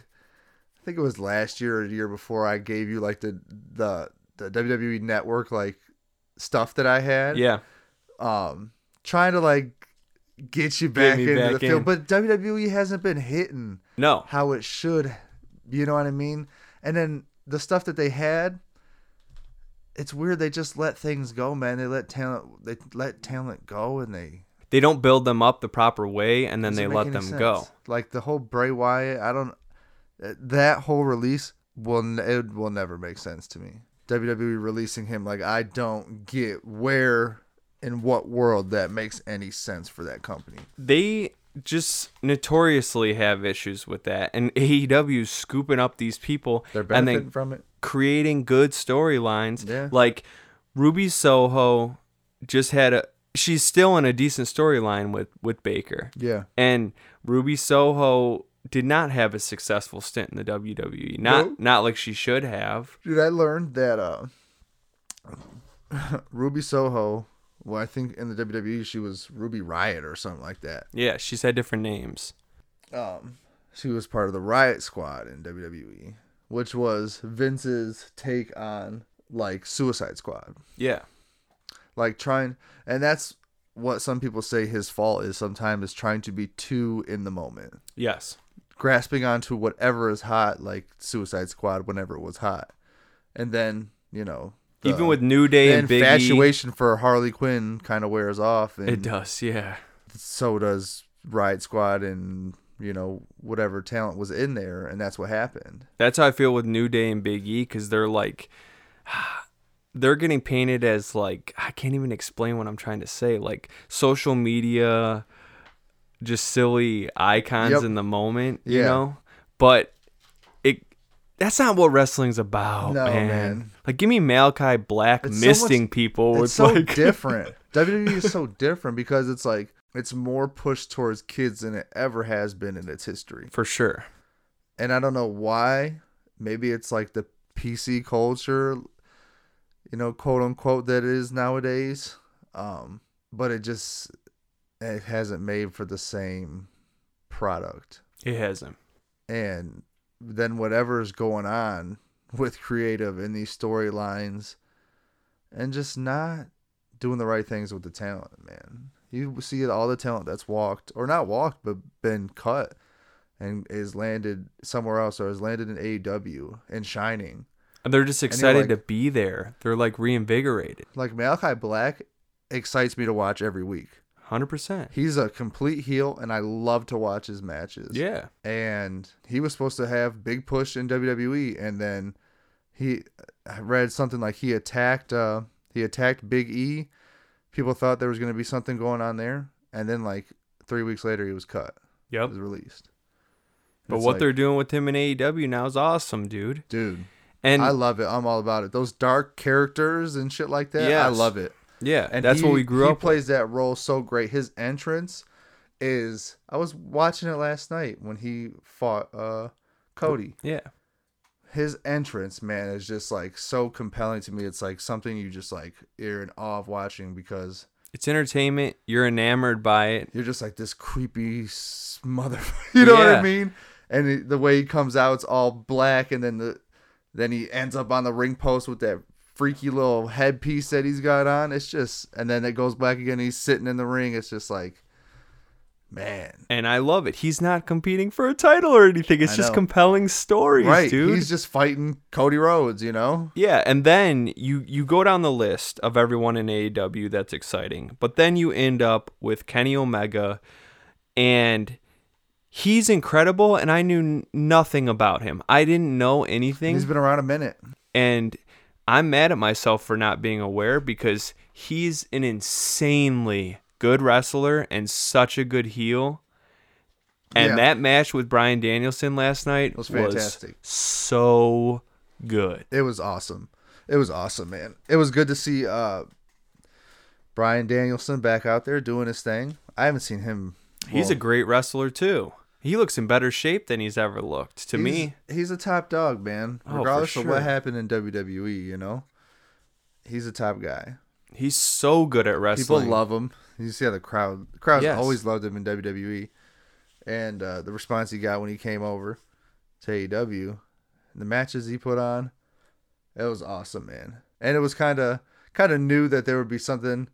I think it was last year or the year before I gave you like the the the WWE Network like stuff that I had. yeah, Um, trying to like get you back me into back the in. field, but WWE hasn't been hitting no, how it should. You know what I mean? And then the stuff that they had. It's weird. They just let things go, man. They let talent. They let talent go, and they they don't build them up the proper way, and then doesn't they make let any them go. sense. Like the whole Bray Wyatt, I don't. th- That whole release will n- it will never make sense to me. WWE releasing him, like I don't get where in what world that makes any sense for that company. They just notoriously have issues with that, and AEW 's scooping up these people They're and benefiting then from it. creating good storylines. Yeah. like Ruby Soho just had a. She's still in a decent storyline with with Baker. Yeah, and Ruby Soho did not have a successful stint in the WWE. Not No. not like she should have. dude, I learned that uh, Ruby Soho. Well, I think in the WWE she was Ruby Riot or something like that. Yeah, she's had different names. um, she was part of the Riot Squad in WWE, which was Vince's take on like Suicide Squad, Yeah. like trying, and that's what some people say his fault is sometimes is trying to be too in the moment, Yes. grasping onto whatever is hot, like Suicide Squad whenever it was hot, and then you know the- Even with New Day the and Big E, infatuation for Harley Quinn kind of wears off, and it does. Yeah. so does Riot Squad and you know whatever talent was in there, and that's what happened. That's how I feel with New Day and Big E because they're like, they're getting painted as like I can't even explain what I'm trying to say. Like social media, just silly icons Yep. in the moment, you Yeah. know. But it that's not what wrestling's about, No, man. man. Like, give me Malachi Black It's so much- misting people. it's so Oh, like different. WWE is so different because it's like it's more pushed towards kids than it ever has been in its history, for sure. and I don't know why. Maybe it's like the PC culture, you know, quote unquote, that it is nowadays. Um, but it just it hasn't made for the same product. It hasn't. and then whatever's going on with creative in these storylines and just not doing the right things with the talent man you see it all the talent that's walked or not walked but been cut and is landed somewhere else or is landed in AEW and shining. And they're just And you're excited to like- be there. They're like reinvigorated. Like Malachi Black excites me to watch every week. 100%. He's a complete heel and I love to watch his matches. Yeah. and he was supposed to have big push in WWE, and then he I read something like he attacked uh he attacked Big E. People thought there was going to be something going on there, and then like three weeks later he was cut, Yep. was released. But It's what like, they're doing with him in AEW now is awesome, dude. dude, And I love it. I'm all about it. Those dark characters and shit like that, I Yes. love it. yeah, And that's what he- we grew he up with. plays that role so great. His entrance is. I was watching it last night when he fought uh Cody. Yeah. his entrance, man, is just like so compelling to me. It's like something you just like you're in awe of watching because It's entertainment. You're enamored by it. you're just like this creepy s- mother. You know what Yeah. I mean? And it- the way he comes out, it's all black, and then the then he ends up on the ring post with that freaky little headpiece that he's got on. It's just, and then it goes back again. He's sitting in the ring. It's just like, man, And I love it. He's not competing for a title or anything. It's I just know. compelling stories, right? dude. He's just fighting Cody Rhodes, you know? Yeah, and then you you go down the list of everyone in AEW that's exciting, but then you end up with Kenny Omega, and he's incredible. And I knew n- nothing about him. I didn't know anything, He's been around a minute. and I'm mad at myself for not being aware because he's an insanely good wrestler and such a good heel. And Yeah. that match with Brian Danielson last night was was, fantastic. so good. it was awesome. It was awesome, man. It was good to see uh Brian Danielson back out there doing his thing. I haven't seen him. He's well, a great wrestler too. He looks in better shape than he's ever looked to he's- me. He's a top dog, man. Oh, for Regardless of sure. what happened in WWE, you know, he's a top guy. He's so good at People wrestling. love him. You see how the crowd, the crowds Yes. always loved him in WWE, and uh, the response he got when he came over to AEW, and the matches he put on, it was awesome, man. And it was kind of kind of knew that there would be something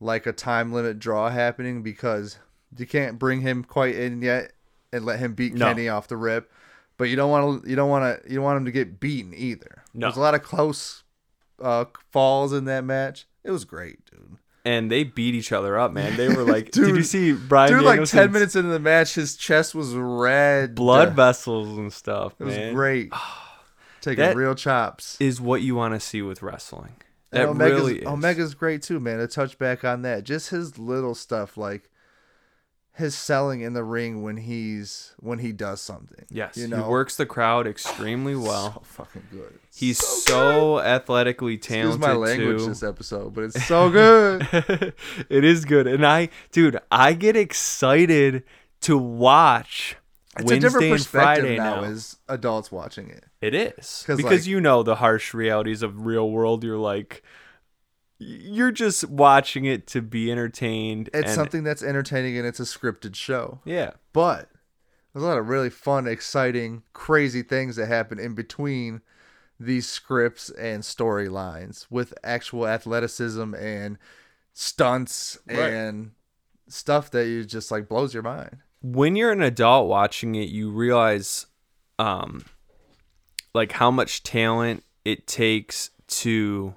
like a time limit draw happening because you can't bring him quite in yet and let him beat No. Kenny off the rip, but you don't want to you don't want to you don't want him to get beaten either. No. There's a lot of close uh, falls in that match. It was great, dude. and they beat each other up, man. They were like, did you Dude, see Brian? Dude, like Danielson's ten minutes into the match, his chest was red. blood It vessels and stuff. was man. great. Taking That- real chops. Is what you want to see with wrestling. And That Omega's, really is. Omega's great too, man. A touchback on that. Just his little stuff, like his selling in the ring when he's when he does something. Yes, you know, he works the crowd extremely well. so fucking good. He's so, athletically Excuse talented my language too. this episode, but it's so good. it is good. And I, dude, I get excited to watch It's Wednesday a different and Friday perspective now. now, as adults watching it. it is 'Cause, because like- you know the harsh realities of real world. You're like, you're just watching it to be entertained. It's and- something that's entertaining and it's a scripted show. Yeah, But there's a lot of really fun, exciting, crazy things that happen in between these scripts and storylines with actual athleticism and stunts Right. and stuff that you just like blows your mind. when you're an adult watching it, you realize, um, like how much talent it takes to.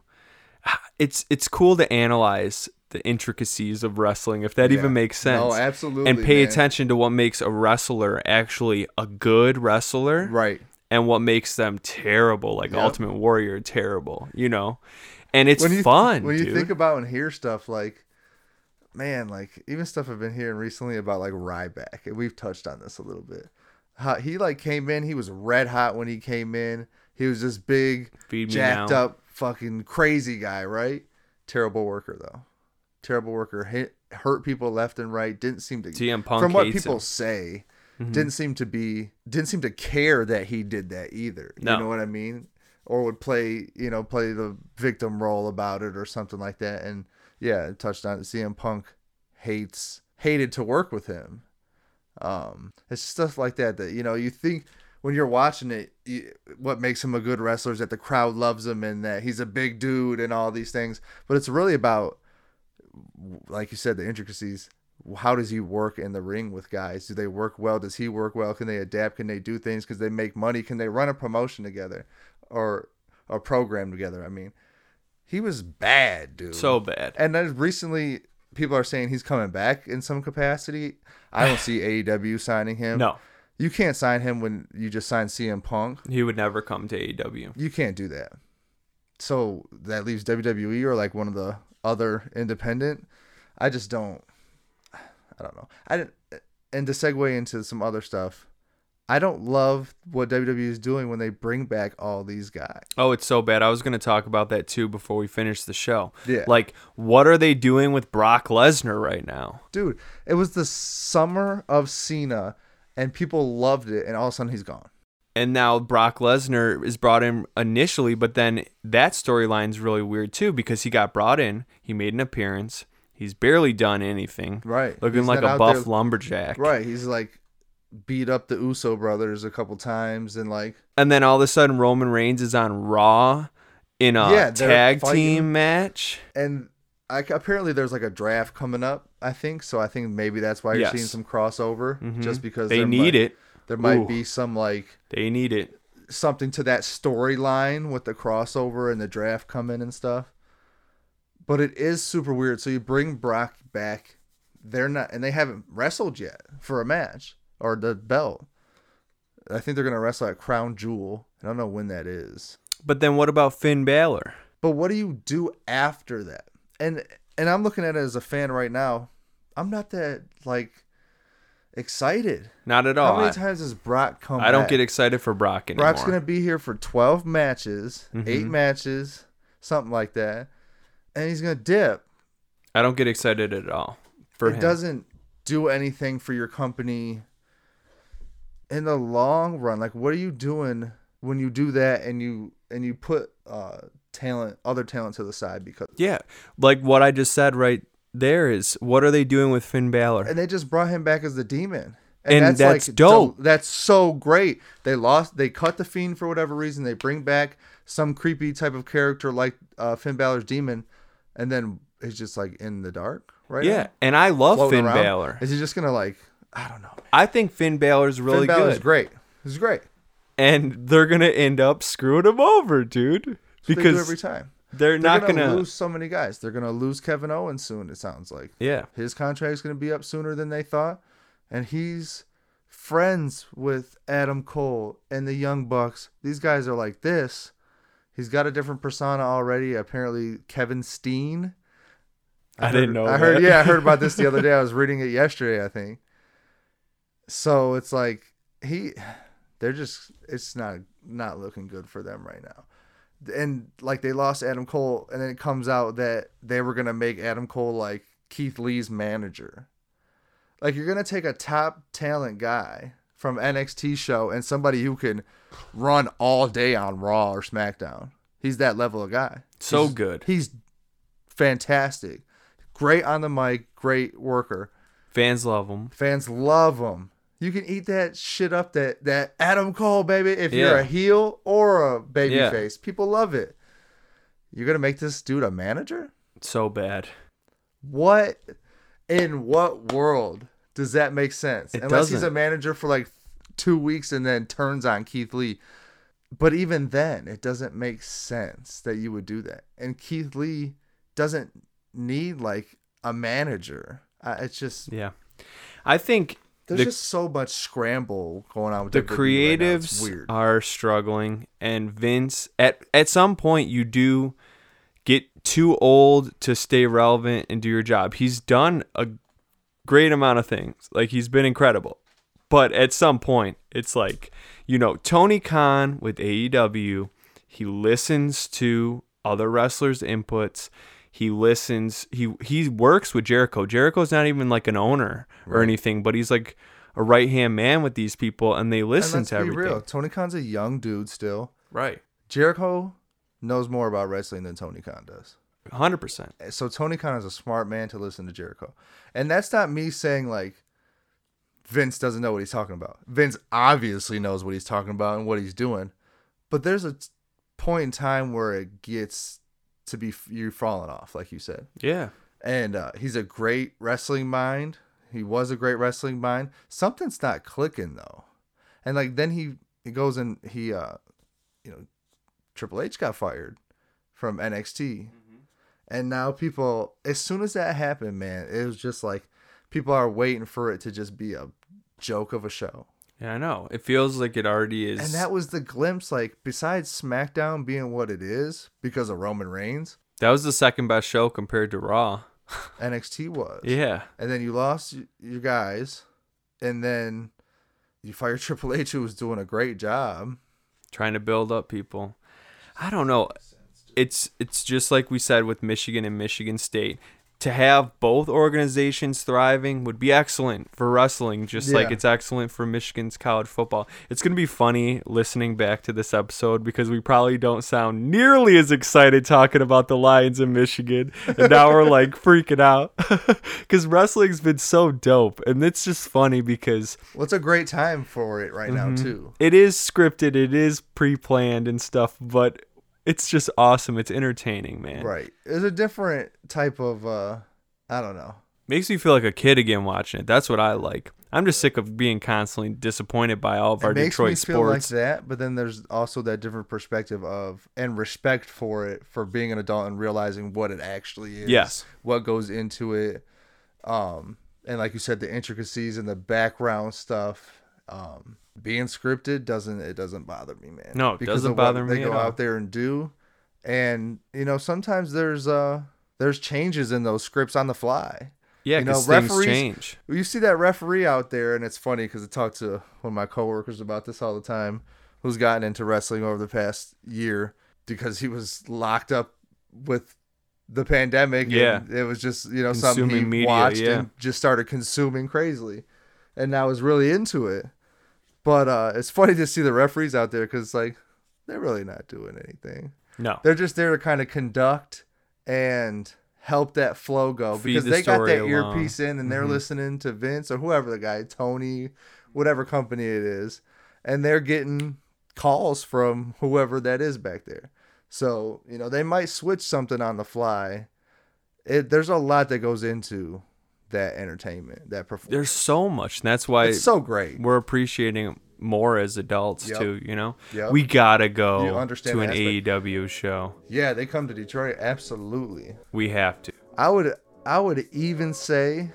It's it's cool to analyze the intricacies of wrestling, if that Yeah. even makes sense. No, absolutely. and pay man. attention to what makes a wrestler actually a good wrestler Right. and what makes them terrible like Yep. ultimate warrior terrible you know and it's when you fun when dude. you think about and hear stuff like man like even stuff i've been hearing recently about like ryback and we've touched on this a little bit how he like came in he was red hot when he came in he was this big Feed me jacked now. up fucking crazy guy right terrible worker though terrible worker hit, hurt people left and right didn't seem to CM Punk from what hates people him. say didn't seem to be didn't seem to care that he did that either No. you know what i mean or would play you know play the victim role about it or something like that and yeah it touched on it cm punk hates hated to work with him um it's stuff like that that you know you think when you're watching it you, what makes him a good wrestler is that the crowd loves him and that he's a big dude and all these things but it's really about like you said, the intricacies how does he work in the ring with guys? Do they work well? Does he work well? Can they adapt? Can they do things? Because they make money. Can they run a promotion together, or a program together? I mean, he was bad, dude. So bad. and then recently people are saying he's coming back in some capacity. I don't see AEW signing him. No, you can't sign him when you just signed CM Punk. he would never come to E AEW. You can't do that. So that leaves WWE or like one of the other independent. I just don't. I don't know. I didn't. And to segue into some other stuff, I don't love what WWE is doing when they bring back all these guys. Oh, it's so bad. I was going to talk about that too before we finish the show. Yeah. Like, what are they doing with Brock Lesnar right now? Dude, it was the summer of Cena, and people loved it, and all of a sudden he's gone. and now Brock Lesnar is brought in initially, but then that storyline's really weird too because he got brought in, he made an appearance, he's barely done anything, Right. Looking He's like not a out buff there- lumberjack, Right. He's like beat up the Uso brothers a couple times, and like And then all of a sudden, Roman Reigns is on Raw in a Yeah, they're tag fighting. team match. and I, apparently there's like a draft coming up. I think so. I think maybe that's why you're Yes. seeing some crossover, Mhm. just because they there need might, it, There might Ooh. be some like they need it. something to that storyline with the crossover and the draft coming and stuff. But it is super weird. So you bring Brock back. They're not, and they haven't wrestled yet for a match or the belt. I think they're gonna wrestle at Crown Jewel. I don't know when that is. But then what about Finn Balor? But what do you do after that? And and I'm looking at it as a fan right now. I'm not that like excited. Not at How all. many I- times does Brock come? I don't back? get excited for Brock anymore. Oh, Mm-hmm. Brock's gonna be here for 12 matches, eight matches, something like that, and he's gonna dip. I don't get excited at all for it him. doesn't do anything for your company in the long run like what are you doing when you do that and you and you put uh talent other talent to the side because Yeah, like what I just said right there is what are they doing with Finn Balor? and they just brought him back as the demon. And that's dope. do- That's so great. They lost. They cut the fiend for whatever reason. They bring back some creepy type of character like uh, Finn Balor's demon, and then he's just like in the dark, right? yeah, and I love Floating Finn around. Balor. Is he just gonna like? I don't know. man. I think Finn Balor's really Finn Balor's good, great. He's great. and they're gonna end up screwing him over, dude, They do because every time they're, They're not gonna. lose so many guys. They're gonna lose Kevin Owens soon. It sounds like. Yeah, His contract's going to be up sooner than they thought, and he's friends with Adam Cole and the Young Bucks. These guys are like this. He's got a different persona already. Apparently, Kevin Steen. I didn't know I heard. that. Yeah, I heard about this the other day. I was reading it yesterday. I think. So it's like he, they're just. It's not not looking good for them right now and like they lost Adam Cole, and then it comes out that they were gonna make Adam Cole like Keith Lee's manager. Like you're gonna take a top talent guy from NXT show and somebody who can run all day on Raw or SmackDown. He's that level of guy. So He's- good. He's fantastic. Great on the mic, great worker. fans love him. Fans love him. You can eat that shit up that that Adam Cole baby if you're Yeah. a heel or a baby Yeah. face. People love it. You're going to make this dude a manager? So bad. What in what world does that make sense? It Unless he's doesn't. a manager for like 2 weeks and then turns on Keith Lee. But even then, it doesn't make sense that you would do that. And Keith Lee doesn't need like a manager. I, it's just Yeah, I think there's the just so much scramble going on with the WWE right now. It's creatives weird. are struggling and vince at at some point you do get too old to stay relevant and do your job he's done a great amount of things like he's been incredible but at some point it's like you know tony khan with aew he listens to other wrestlers inputs he listens he he works with jericho jericho's not even like an owner or anything but he's like a right-hand man with these people and they And listen let's to be everything real. Tony Khan's a young dude still. right Jericho knows more about wrestling than Tony Khan does. 100% So Tony Khan is a smart man to listen to Jericho. And that's not me saying like Vince doesn't know what he's talking about. Vince obviously knows what he's talking about and what he's doing. But there's a t- point in time where it gets to be f- you falling off, like you said. yeah and uh, he's a great wrestling mind. He was a great wrestling mind. Something's not clicking though. And like then he, he goes and he uh you know Triple H got fired from NXT. And now people as soon as that happened, man, it was just like people are waiting for it to just be a joke of a show. Yeah, I know. It feels like it already is. And that was the glimpse like besides SmackDown being what it is because of Roman Reigns, that was the second best show compared to Raw. NXT was. Yeah. and then you lost y- your guys, and then you fired Triple H, who was doing a great job. trying to build up people. I don't know. It's it's just like we said with Michigan and Michigan State. To have both organizations thriving would be excellent for wrestling, just like Yeah. it's excellent for Michigan's college football. It's going to be funny listening back to this episode because we probably don't sound nearly as excited talking about the Lions in Michigan. And now we're like freaking out because wrestling's been so dope. And it's just funny because Well, it's a great time for it right now too. it is scripted, it is pre-planned and stuff, but it's just awesome. It's entertaining, man. Right, it's a different type of uh, I don't know. Makes me feel like a kid again watching it. That's what I like. I'm just sick of being constantly disappointed by all of our it makes Detroit me feel sports. like that, but then there's also that different perspective of and respect for it for being an adult and realizing what it actually is. Yes. what goes into it, um, and like you said, the intricacies and the background stuff. Um, being scripted doesn't it doesn't bother me, man. No, it doesn't of what bother me They at go all. out there and do, and you know sometimes there's uh there's changes in those scripts on the fly. yeah, you know, because things referees- change. You see that referee out there, and it's funny because I talk to one of my coworkers about this all the time, who's gotten into wrestling over the past year because he was locked up with the pandemic. Yeah. and it was just you know something he Consuming media, watched yeah. and just started consuming crazily, and now is really into it. But uh, it's funny to see the referees out there because like they're really not doing anything. No, They're just there to kind of conduct and help that flow go Feed because the they got story that along. Mm-hmm. earpiece in and they're listening to Vince or whoever the guy, Tony, whatever company it is, and they're getting calls from whoever that is back there. So, you know, they might switch something on the fly. It, there's a lot that goes into that entertainment, that performance. there's so much, and that's why It's so great. we're appreciating it more as adults Yep. too. You know, Yep. we gotta go You understand to an the aspect. AEW show. Yeah, they come to Detroit. Absolutely. We have to. I would I would even say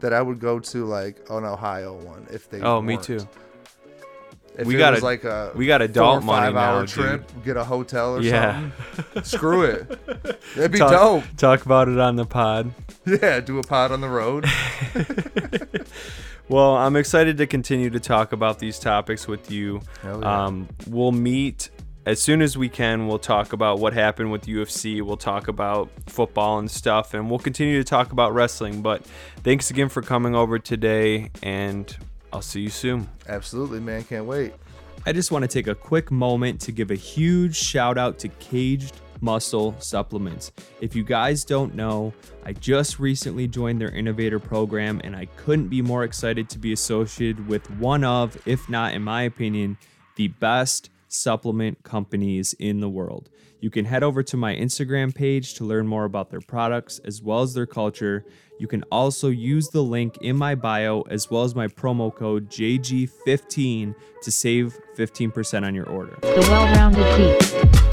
that I would go to like an Ohio one if they. Oh, me weren't. too. If We it got was a- like a we got four adult or money five hour now, trip, get a hotel or Yeah, something. Screw it, that'd be talk, dope. talk about it on the pod. Yeah, do a pod on the road. Well, I'm excited to continue to talk about these topics with you. Hell yeah. Um, we'll meet as soon as we can. We'll talk about what happened with UFC. We'll talk about football and stuff, and we'll continue to talk about wrestling. But thanks again for coming over today, and I'll see you soon. Absolutely, man, can't wait. I just want to take a quick moment to give a huge shout out to Caged Muscle Supplements. If you guys don't know, I just recently joined their innovator program and I couldn't be more excited to be associated with one of, if not, in my opinion, the best supplement companies in the world. You can head over to my Instagram page to learn more about their products as well as their culture. You can also use the link in my bio as well as my promo code JG15 to save 15% on your order. The well rounded geek.